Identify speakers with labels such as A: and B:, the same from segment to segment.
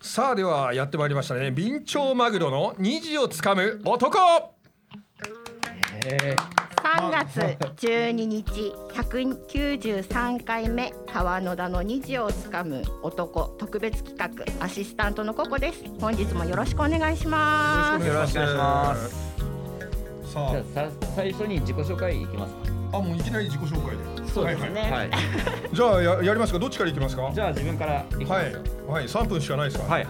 A: さあではやってまいりましたねビンチョウマグロの虹をつかむ男
B: 3月12日193回目川野田の虹をつかむ男特別企画アシスタントのココです本日もよろしくお願いします
C: よろしくお願いします
A: す
C: じゃ
A: さ
C: あさ最初に自己紹介いきますか
A: ああもういきなり自己紹介で
C: そう
A: ですね
C: はい、はい
A: じゃあややりますかどっちからいきますか
C: じゃあ自分からいきま
A: は
C: す
A: い
C: よ
A: はい3分しかないですから
C: はい、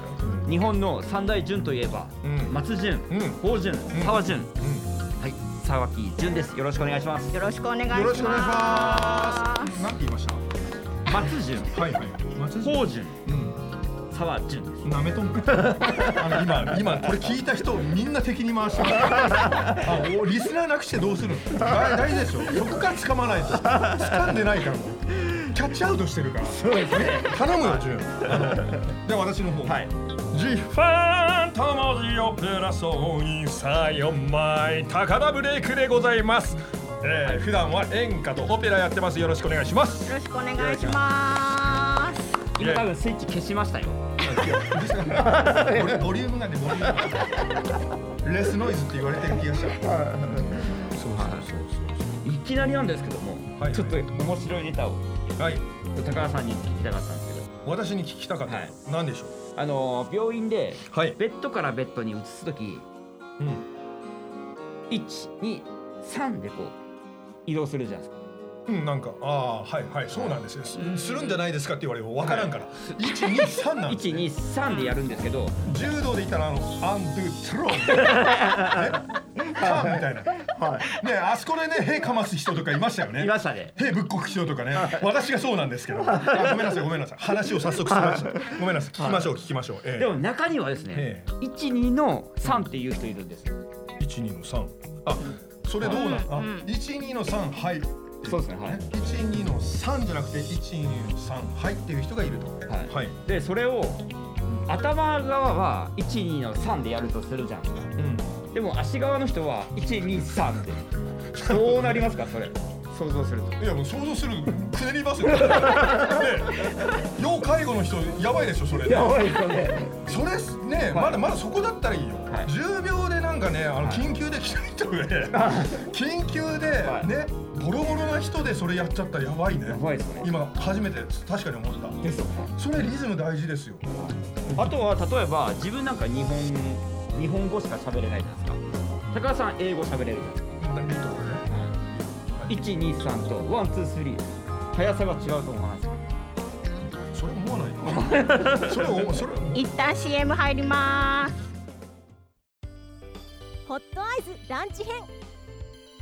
C: 日本の三大順といえば、
A: うん
C: 松順、
A: うん
C: 宝順、沢順、
A: う
C: はい沢木順ですよろしくお願いします
B: よろしくお願いします
A: ん、よろしくお願いしますなんて言いました
C: 松順
A: はいはい松
C: 宝順
A: うん
C: 沢順です
A: なめとんかあの今今これ聞いた人みんな敵に回してるあおリスナーなくしてどうするの大大事でしょそこから掴まないと掴んでないからもうキャッチアウトしてるからそうですね頼むよジュンあので私の方
C: はい
A: ジファンと文字をプラスオンサイ4枚高田ブレイクでございます、えー、普段は演歌とオペラやってますよろしくお願いします
B: よろしくお願いします
C: 今多分スイッチ消しましたよ
A: ボリュームがねボリュームレスノイズって言われてる気がしたそうそう
C: いきなりなんですけども、
A: はい
C: ちょっと面白いネタを
A: そうはい
C: 高田さんに聞きたかったんですけど
A: 私に聞きたかった、
C: はい
A: 何でしょう
C: あのー病院で
A: はい
C: ベッドからベッドに移すとき
A: うん、
C: 123でこう移動するじゃないですか
A: うん、なんかああーはいはいそうなんですよすするんじゃないですかって言われる分からんから、一二123なんです、ね、
C: 123でやるんですけど
A: 柔道で言ったらあのアンドゥト ロンねカンみたいな、はい、ねあそこでね屁かます人とかいましたよね
C: いましたね
A: 兵ぶっこくしようとかね、私がそうなんですけど、あごめんなさい、ごめんなさい、話を早速しました。ごめんなさい、聞きましょう、聞きましょう。え
C: でも中にはですね
A: え
C: 12の3っていう人いるんです
A: え、一二の三。あ、それどうなん、あ、一二の三、はい。
C: そうですねはい
A: 一二の三じゃなくて、一二の三、はいっていう人がいると。
C: はい
A: はい。
C: でそれを頭側は12の3でやるとするじゃん
A: うん。
C: でも足側の人は123でどうなりますかそれ想像すると
A: いやもう想像するくねりますよ。ね え要介護の人やばいでしょそれ。
C: ばいですよね
A: それね、まだまだそこだったらいいよ、
C: はい
A: 10秒でなんかねあの
C: はい
A: 緊急で来た人で、 緊急で
C: はい
A: ね、ボロボロな人でそれやっちゃったらやばいね
C: やばいですね
A: 今初めて確かに思った
C: ですよね
A: それリズム大事ですよ
C: あとは例えば自分なんか日本日本語しか喋れないじゃないですか高田さん英語喋れるじゃないです
A: い
C: か
A: いとこね
C: 123とワンツースリー速さが違うと思わないですか
A: それ思わないなそれをそれを
B: 一旦 CM 入ります
D: ホットアイズランチ編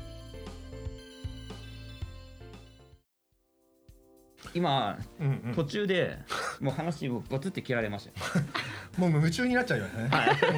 C: 今
A: うんうん
C: 途中でもう話をボツって切られましたよ
A: もう夢中になっちゃうよね、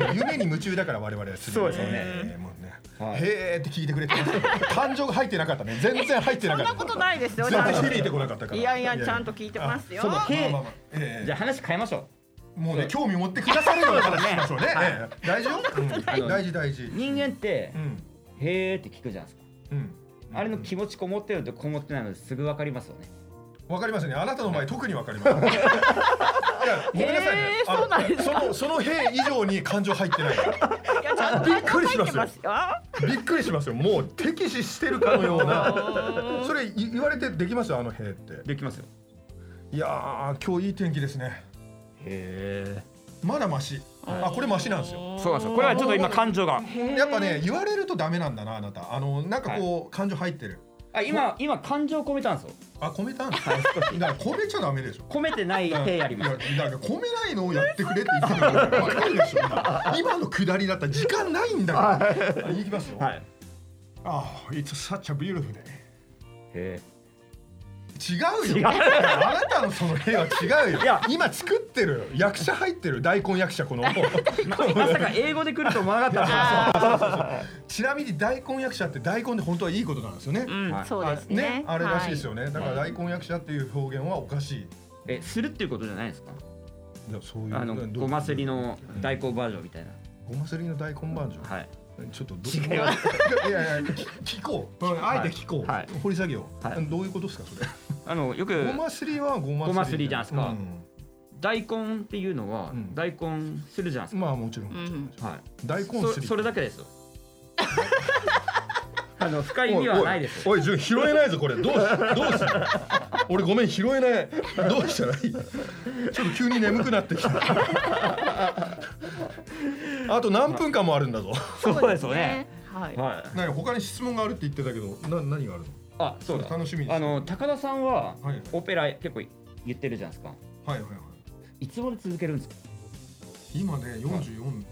A: もう夢に夢中だから我々は
C: そうですよね
A: えーもうね、
C: はい
A: へーって聞いてくれてますけど感情が入ってなかったね全然入ってな
B: そ
A: か
B: ん
A: った
B: なことないですよち
A: 全
B: ゃん
A: 然
B: と
A: 響いてこなかったから
B: いやいやちゃんと聞いてますよ
C: そうだ
A: まあまあまあええ
C: じゃあ話変えましょ
A: もうね興味持ってくださるような話しましょうね。
C: はい
A: ええ大事よ。うん大事大事
C: う。人間って
A: うん
C: 「へーって聞くじゃないですか
A: うん。
C: あれの気持ちこもってるとこもってないのですぐ分かりますよね
A: わかりますね。あなたの前特にわかります。いやごめんなさいね
B: へ。ーそうなんです
A: あのそのその兵以上に感情入ってない。
B: いやちゃんと
A: びっくりしますよ
B: 入ってよ
A: びっくりしますよ。もう敵視してるかのような。それい言われてできますあの兵って。
C: できますよ
A: いやー今日いい天気ですね。
C: へ
A: まだマシ。あこれマシなんですよ。
C: えそうなんですよこれはちょっと今感情が
A: やっぱね言われるとダメなんだなあなた。あのなんかこう感情入ってる。
C: あ今今感情込めたんですよ
A: あ込めたんですか。だから込めちゃダメでしょ。
C: 込めて ない「へーやりま
A: い
C: す
A: やだから込めないのをやってくれって言ってたから分かるでしょ今今のくだりだったら時間ないんだからいきますよ、
C: はい
A: ああ、It's such a beautiful day
C: へ
A: It's 違うよ
C: 違う
A: あなたのその絵は違うよ
C: いや
A: 今作ってる役者入ってる大根役者この
C: ままさか英語で来ると思わなかった
B: あー
A: ちなみに大根役者って大根で本当はいいことなんですよね、
B: うん、
C: はい
B: そうですね
A: あれらしいですよ
B: ね、
A: ね、だから大根役者っていう表現はおかしい
C: んですよえするっていうことじゃないですか
A: いやそういう
C: あの
A: どう
C: ごますりの代行バージョンみたいな
A: ごますりの大根バージョン、
C: はい
A: ちょっとど
C: 違い
A: い
C: ま
A: や いやいや聞聞こう、うんあえて聞こう、
C: はい
A: 掘り下げよう、
C: はい
A: どういうことですかそれ、
C: あのよく
A: ごますりはごますり
C: ごますりじゃないですか
A: う
C: 大根っていうのは
A: うん
C: 大根するじゃないです
A: んまあもちろん、
B: うん、
C: か、はい
A: 大根す
C: そ
A: り
C: それだけ ですよあの深い意味はないです
A: おいおいおい順拾えないぞこれどうしどうする俺ごめん拾えないどうしたらいいちょっと急に眠くなってきたあと何分間もあるんだぞ
C: そうですよね
B: はい、
C: はい
A: なんか他に質問があるって言ってたけどな何がある
C: あそう
A: の
C: だ
A: 楽しみにして
C: あの高田さん
A: は
C: は
A: いはい
C: オペラ結構言ってるじゃないですか
A: はいはいはい
C: いつまで続けるんですか
A: 今ね44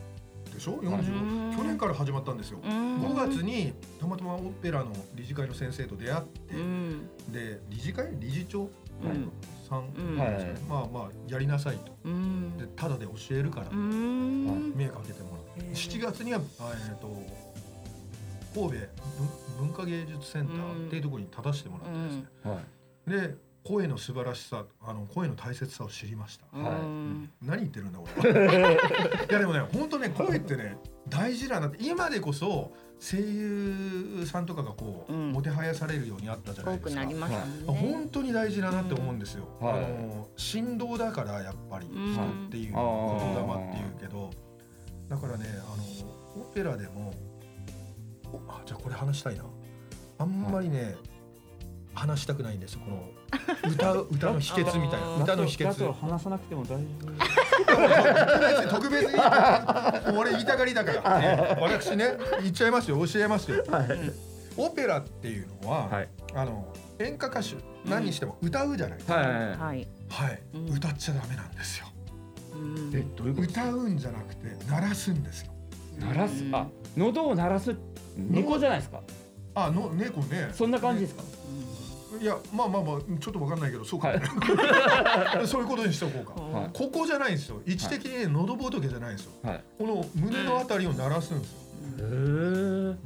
A: でしょ
B: う
A: 45
B: ん
A: 去年から始まったんですよ
B: うん
A: 5月にたまたまオペラの理事会の先生と出会って
B: うん
A: で理事会理事長
B: うん
A: さん
B: うん
C: はい
A: まあまあやりなさいと
B: うん
A: でただで教えるから
B: うん
A: 目かけてもらう
B: へー
A: 7月にはあえっと神戸文文化芸術センターっていうところに立たせてもらってですね、
C: はい
A: で声の素晴らしさあの声の大切さを知りました
B: うん
C: はい
A: 何言ってるんだ 俺はいやでもね本当ね声ってね大事なんだって今でこそ声優さんとかがこう、
B: うん
A: もてはやされるようになったじゃない
B: 多
A: で
B: く
A: す
B: な
A: か
B: りましたもんね、
A: 本当に大事だなって思うんですよ、
C: うんはい
A: あの振動だからやっぱり
B: うん
A: 人っていう言
C: は
A: 霊っ
C: い
A: ていうけどだからねあのオペラでもおあじゃあこれ話したいなあんまりね、話したくないんですよこの 歌う歌の秘訣みたいな歌の秘
C: だとだ
A: 訣
C: と話さなくても大丈
A: 特別に俺言いたがりだから私ね言っちゃいますよ教えますよ、オペラっていうのは、
C: はい
A: あの演歌歌手何にしても歌うじゃないです
C: 夫
A: か、
C: はいはい
B: はい、
A: はい、
B: うん
A: 歌っちゃダメなんですよ。
B: うん
C: えどういうこと
A: 歌うんじゃなくて鳴らすんですよ。
C: 鳴らすあ喉を鳴らす猫じゃないですか
A: あの猫ね。
C: そんな感じですか
A: いやまあまあまあちょっとわかんないけどそうか、 そういうことにしておこうか。
B: うん
A: ここじゃないんですよ。位置的にね喉仏じゃないんですよ。
C: はい
A: この胸のあたりを鳴らすんですよ。
C: へー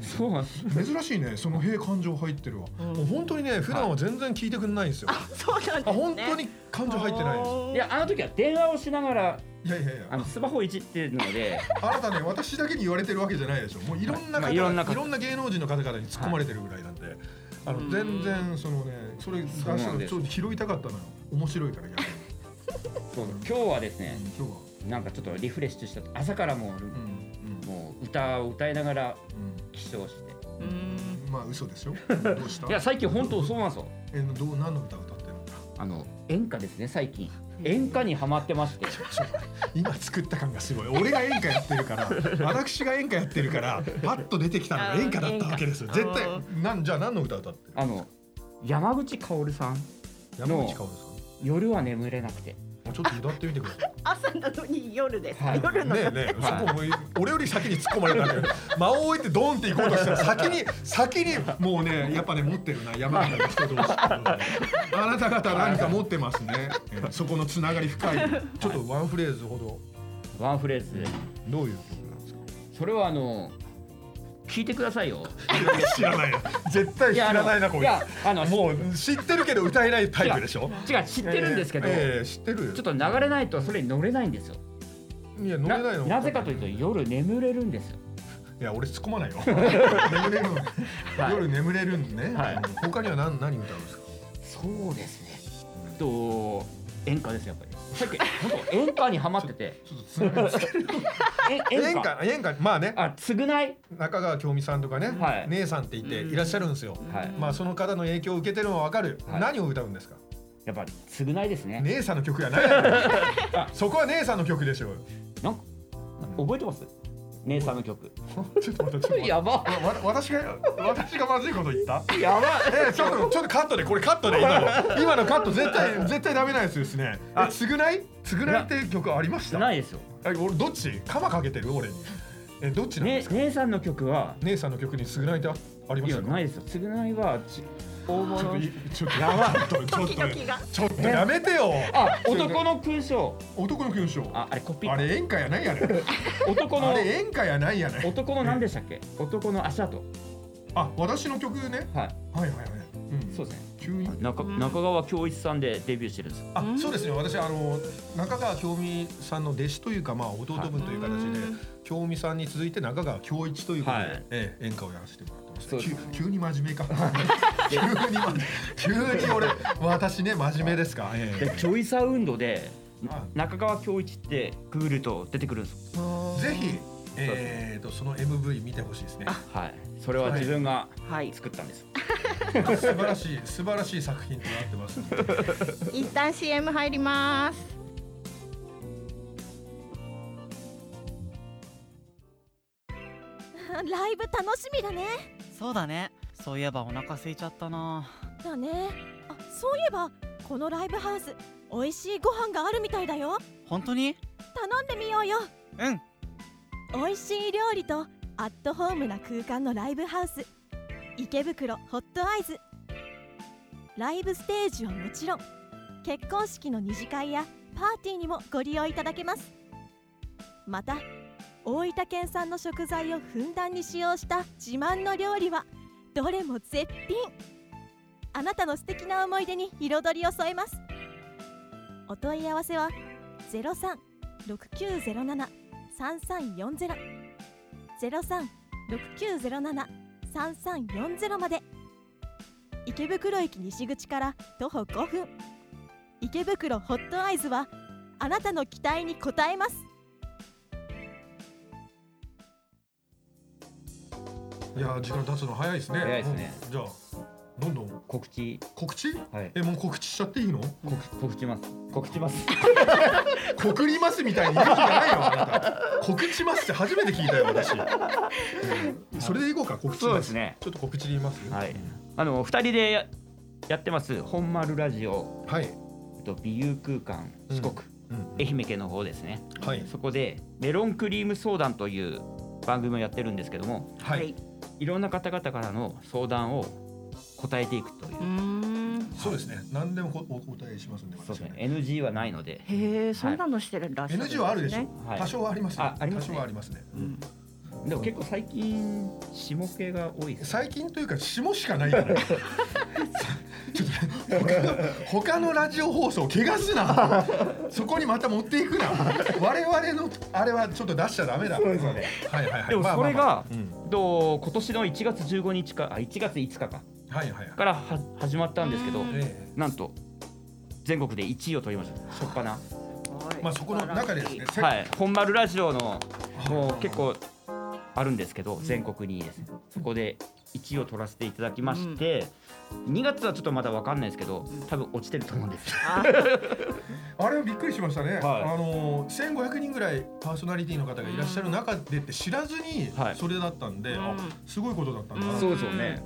C: そうなんです
A: 珍しいねその平感情入ってるわ。
B: うん
A: もう本当にね普段は全然聞いてくんないんですよ。
B: あそうなんですね
A: あ本当に感情入ってないです。
C: いやあの時は電話をしながら
A: いやいやいや
C: あ。のスマホをいじってるので
A: あなたね私だけに言われてるわけじゃないでしょもういろんな
C: ま
A: 方、
C: あ
A: い
C: いろ
A: ろ
C: ん
A: ん
C: な
A: な
C: 方
A: 芸能人の方々に突っ込まれてるぐらいなんで、あ
B: うん
A: の全然そのねそれ出し
C: そうな
A: た
C: ん
A: の
C: です
A: ちょっと拾いたかったのよ面白いから逆に
C: そう今日はですね
A: 今日は
C: なんかちょっとリフレッシュした朝から
A: う
C: も
A: ん
C: うもう歌を歌いながら
A: う
C: 起床して
B: うん
A: んうんまあ嘘でしょどうした
C: いや最近本当そうなんですよ
A: えどう何の歌歌ってるんだ
C: あの演歌ですね最近演歌にハマってまして
A: 今作った感がすごい俺が演歌やってるから私が演歌やってるからパッと出てきたのが演歌だったわけですよ
B: あー演
A: 絶
B: 歌
A: 対
B: あ
A: なんじゃあ何の歌歌ってる
C: あの山口薫さん
A: 山口かおるさんも
C: 夜は眠れなくて
A: うちょっと歌ってみてください
B: 朝なのに夜です、
C: はい
B: 夜の
A: ねえねえ、そこも俺より先に突っ込まれたんだけど間を置いてドンって行こうとしたら先に先にもうねやっぱね持ってるな山形の人同士あなた方何か持ってますねえーそこのつながり深いちょっとワンフレーズほど
C: ワンフレーズで
A: どういう曲なんですか
C: それはあの聞いてくださいよ
A: 知らないよ絶 対知
C: あ
A: ら
C: の
A: ないなこい
C: やあの
A: つもう知ってるけど歌えないタイプでしょ
C: 違う知ってるんですけど、
A: ええ知ってるよ
C: ちょっと流れないとそれに乗れないんですよ
A: いや乗れないの
C: なぜかというと夜眠れるんですよ
A: いや俺突っ込まない よ眠れるの
C: はい
A: 夜眠れるんね
C: はい
A: 他には何何歌うんですか
C: そうですねと演歌ですやっぱりさっき本当演歌にハマってて
A: ちょっとつながりつける
C: え 演歌
A: 演歌演歌まあね
C: あ償い
A: 中川京美さんとかね、
C: はい
A: 姉さんって言っていらっしゃるんですよ、
C: はい
A: まあその方の影響を受けてるのはわかる、
C: はい
A: 何を歌うんですか
C: やっぱり償いですね
A: 姉さんの曲やない やろそこは姉さんの曲でしょ
C: なんか覚えてます姉さんの曲
A: ちょっと待ってちょっと待って
C: やば
A: わわ私が私がまずいこと言った
C: やば
A: えーちょっとちょっとカットでこれカットで今の今のカット絶対絶対ダメなやつですねえ償い償いって曲ありました
C: ないですよ
A: あ俺どっち鎌かけてる俺にえどっちなんで
C: ね
A: すか、
C: 姉さんの曲は
A: 姉さんの曲に償いだありま
C: い
A: し
C: や
A: たか
C: ないですよ償いはち応募
A: ちょっと
C: の
A: いちょっとやばいちょっと
B: ドキドキが
A: ちょっとやめてよ
C: あ男の勲章
A: 男の勲章
C: ああれコピ
A: あ
C: ー
A: れ演歌やないやね
C: 男の
A: あれ演歌やないやね
C: 男の何でしたっけ男の足跡
A: あ私の曲ね
C: はい
A: はいはいはい、うん、
C: そうですね
A: 急に
C: 中中川恭一さんでデビューしてるんですよ
A: あ
B: うん
A: そうですね私あの中川京美さんの弟子というかまあ弟分という形で、
B: うん
A: 京美さんに続いて中川京一ということで、
C: はい
A: ええ演歌をやらせてもらってます
C: そうです
A: 急急に真面目か 急に真面目急に俺私ね真面目ですか、ええ
C: でチョイサウンドで
A: は
C: 中川恭一ってグールと出てくるんですよ
A: ぜひえー、とその MV 見てほしいですね
C: はいそれは自分が
B: はい
C: 作ったんですよ
A: 素晴らしい素晴らしい作品となってますんで
B: 一旦 CM 入ります
D: あライブ楽しみだね
E: そうだねそういえばお腹空いちゃったな
D: だねあそういえばこのライブハウス美味しいご飯があるみたいだよ
E: 本当に
D: 頼んでみようよ
E: うん
D: 美味しい料理とアットホームな空間のライブハウス池袋ホットアイズライブステージはもちろん結婚式の二次会やパーティーにもご利用いただけますまた大分県産の食材をふんだんに使用した自慢の料理はどれも絶品あなたの素敵な思い出に彩りを添えますお問い合わせは036907 3340ゼロ三六九ゼロ七三三四ゼロまで池袋駅西口から徒歩5分池袋ホットアイズはあなたの期待に応えます
A: いやー時間経つの早いですね
C: 早いですね
A: うんじゃあどんどん
C: 告知
A: 告知
C: はい
A: えもう告知しちゃっていいの
C: 告告知ます告知ます
A: 告りますみたいに言う気ないよあなた告知ますって初めて聞いたよ私、うんそれでいこうか告知ます
C: そうですね
A: ちょっと告知で言います
C: はいあの二人でややってます本丸ラジオ
A: はい、
C: えっと美遊空間四国、
A: うん
C: 愛媛県の方ですね
A: はい
C: そこでメロンクリーム相談という番組をやってるんですけども
A: はい、
C: いろんな方々からの相談を答えていくという
B: うーん
A: そうですね何でもこお答えしますんで
C: そうで
A: 私
C: す
A: は
C: ね
A: ね
C: NG はないので
B: へえそんなのしてるらっしゃるんです、
A: NG
B: ね、
A: はあるでしょ、
C: はい
A: 多少はありますね
C: あありますね
A: 多少はありますね
B: うん
C: でも結構最近下系が多いですね
A: 最近というか霜しかないからちょっと他の他のラジオ放送怪我すなそこにまた持っていくな我々のあれはちょっと出しちゃダメだそうですよねはいはいはい
C: でも
A: まあ
C: それ
A: まあまあ
C: がと今年の1月15日かあ1月5日か
A: うんはいはいはい
C: からは始まったんですけど
B: うん
A: ええ
C: なんと全国で1位を取りました初っ端
A: まあそこの中でですね、せ
C: はい本丸ラジオの
A: はい
C: もう結構あるんですけど全国にですねそこで1位を取らせていただきまして2月はちょっとまだ分かんないですけど多分落ちてると思うんです
B: あ
A: あれはびっくりしましたね、
C: はい
A: あのー1500人ぐらいパーソナリティの方がいらっしゃる中でって知らずに
C: はい
A: それだったんで、
B: うん
A: あすごいことだったんだな、
B: うん
C: そうですよね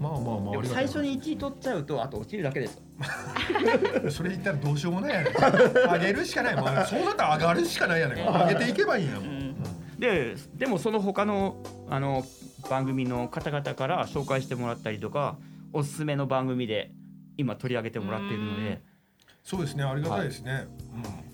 A: まあまあまあ
C: で
A: あ
C: も
A: りがた
C: 最
A: い
C: 初に1位取っちゃうとあと落ちるだけですよ
A: それ言ったらどうしようもないやね上げるしかないもんそうなったら上がるしかないやね上げていけばいいんやもん、
B: うん
C: ででもその他のあの番組の方々から紹介してもらったりとかおすすめの番組で今取り上げてもらっているので
A: そうですねありがたいですね、うん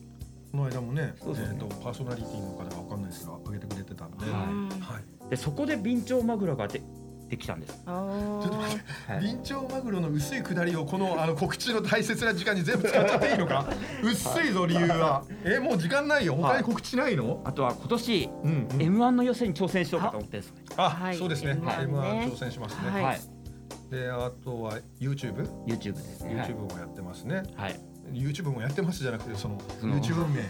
A: この間もね
C: そうそう
A: えーとパーソナリティの方がわかんないですが上げてくれてたんで、
C: は
A: はい
C: でそこでビンチョウマグロがでできたんです、
A: ちょっと待って
C: は
A: ビンチョウマグロの薄い下りをこのあの告知の大切な時間に全部使っちゃっていいのか薄いぞ理由はえもう時間ないよ他に告知ないの、
C: あとは今年
A: うんうん
C: m 1の予選に挑戦しようかと思ってるんですよね
A: あ、
B: はい
A: そうですね
B: M1 ね
A: m 1挑戦しますね、
B: はい
C: はい、
A: であとは YouTube
C: YouTube ですねはい
A: YouTube もやってますね、
C: はい
A: YouTube もやってますじゃなくてその
C: その
A: YouTube 名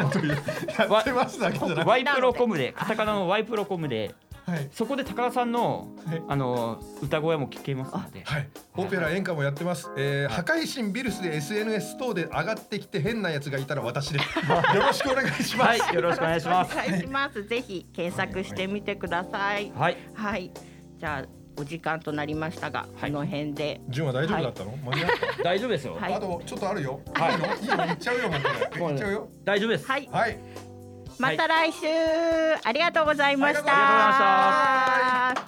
C: あの
A: というやってますだけじゃなく
C: ワイプロコムでカタカナのワイプロコムで
A: てはい
C: そこで高田さんの
A: はい
C: あの歌声も聞けますので
A: はい、オペラ演歌もやってます、えー、破壊神ビルスで SNS 等で上がってきて変なやつがいたら私です よろしくお願いします、
C: はいよろしくお願いします
B: お願いします。ぜひ検索してみてください。
C: はい
B: はい、じゃあお時間となりましたが、
C: はい
B: この辺で。
A: ジュンは大丈夫だったの、間に合った
C: 大丈夫ですよ、
B: はい
A: あとちょっとあるよ。
C: は
A: い
C: い
A: いの？いいの？行っちゃうよもうこれ。行っちゃうよ。
C: 大丈夫です
B: はい、
A: はい。
C: また来週、ありがとうございまし
B: ありがとうござい
C: た。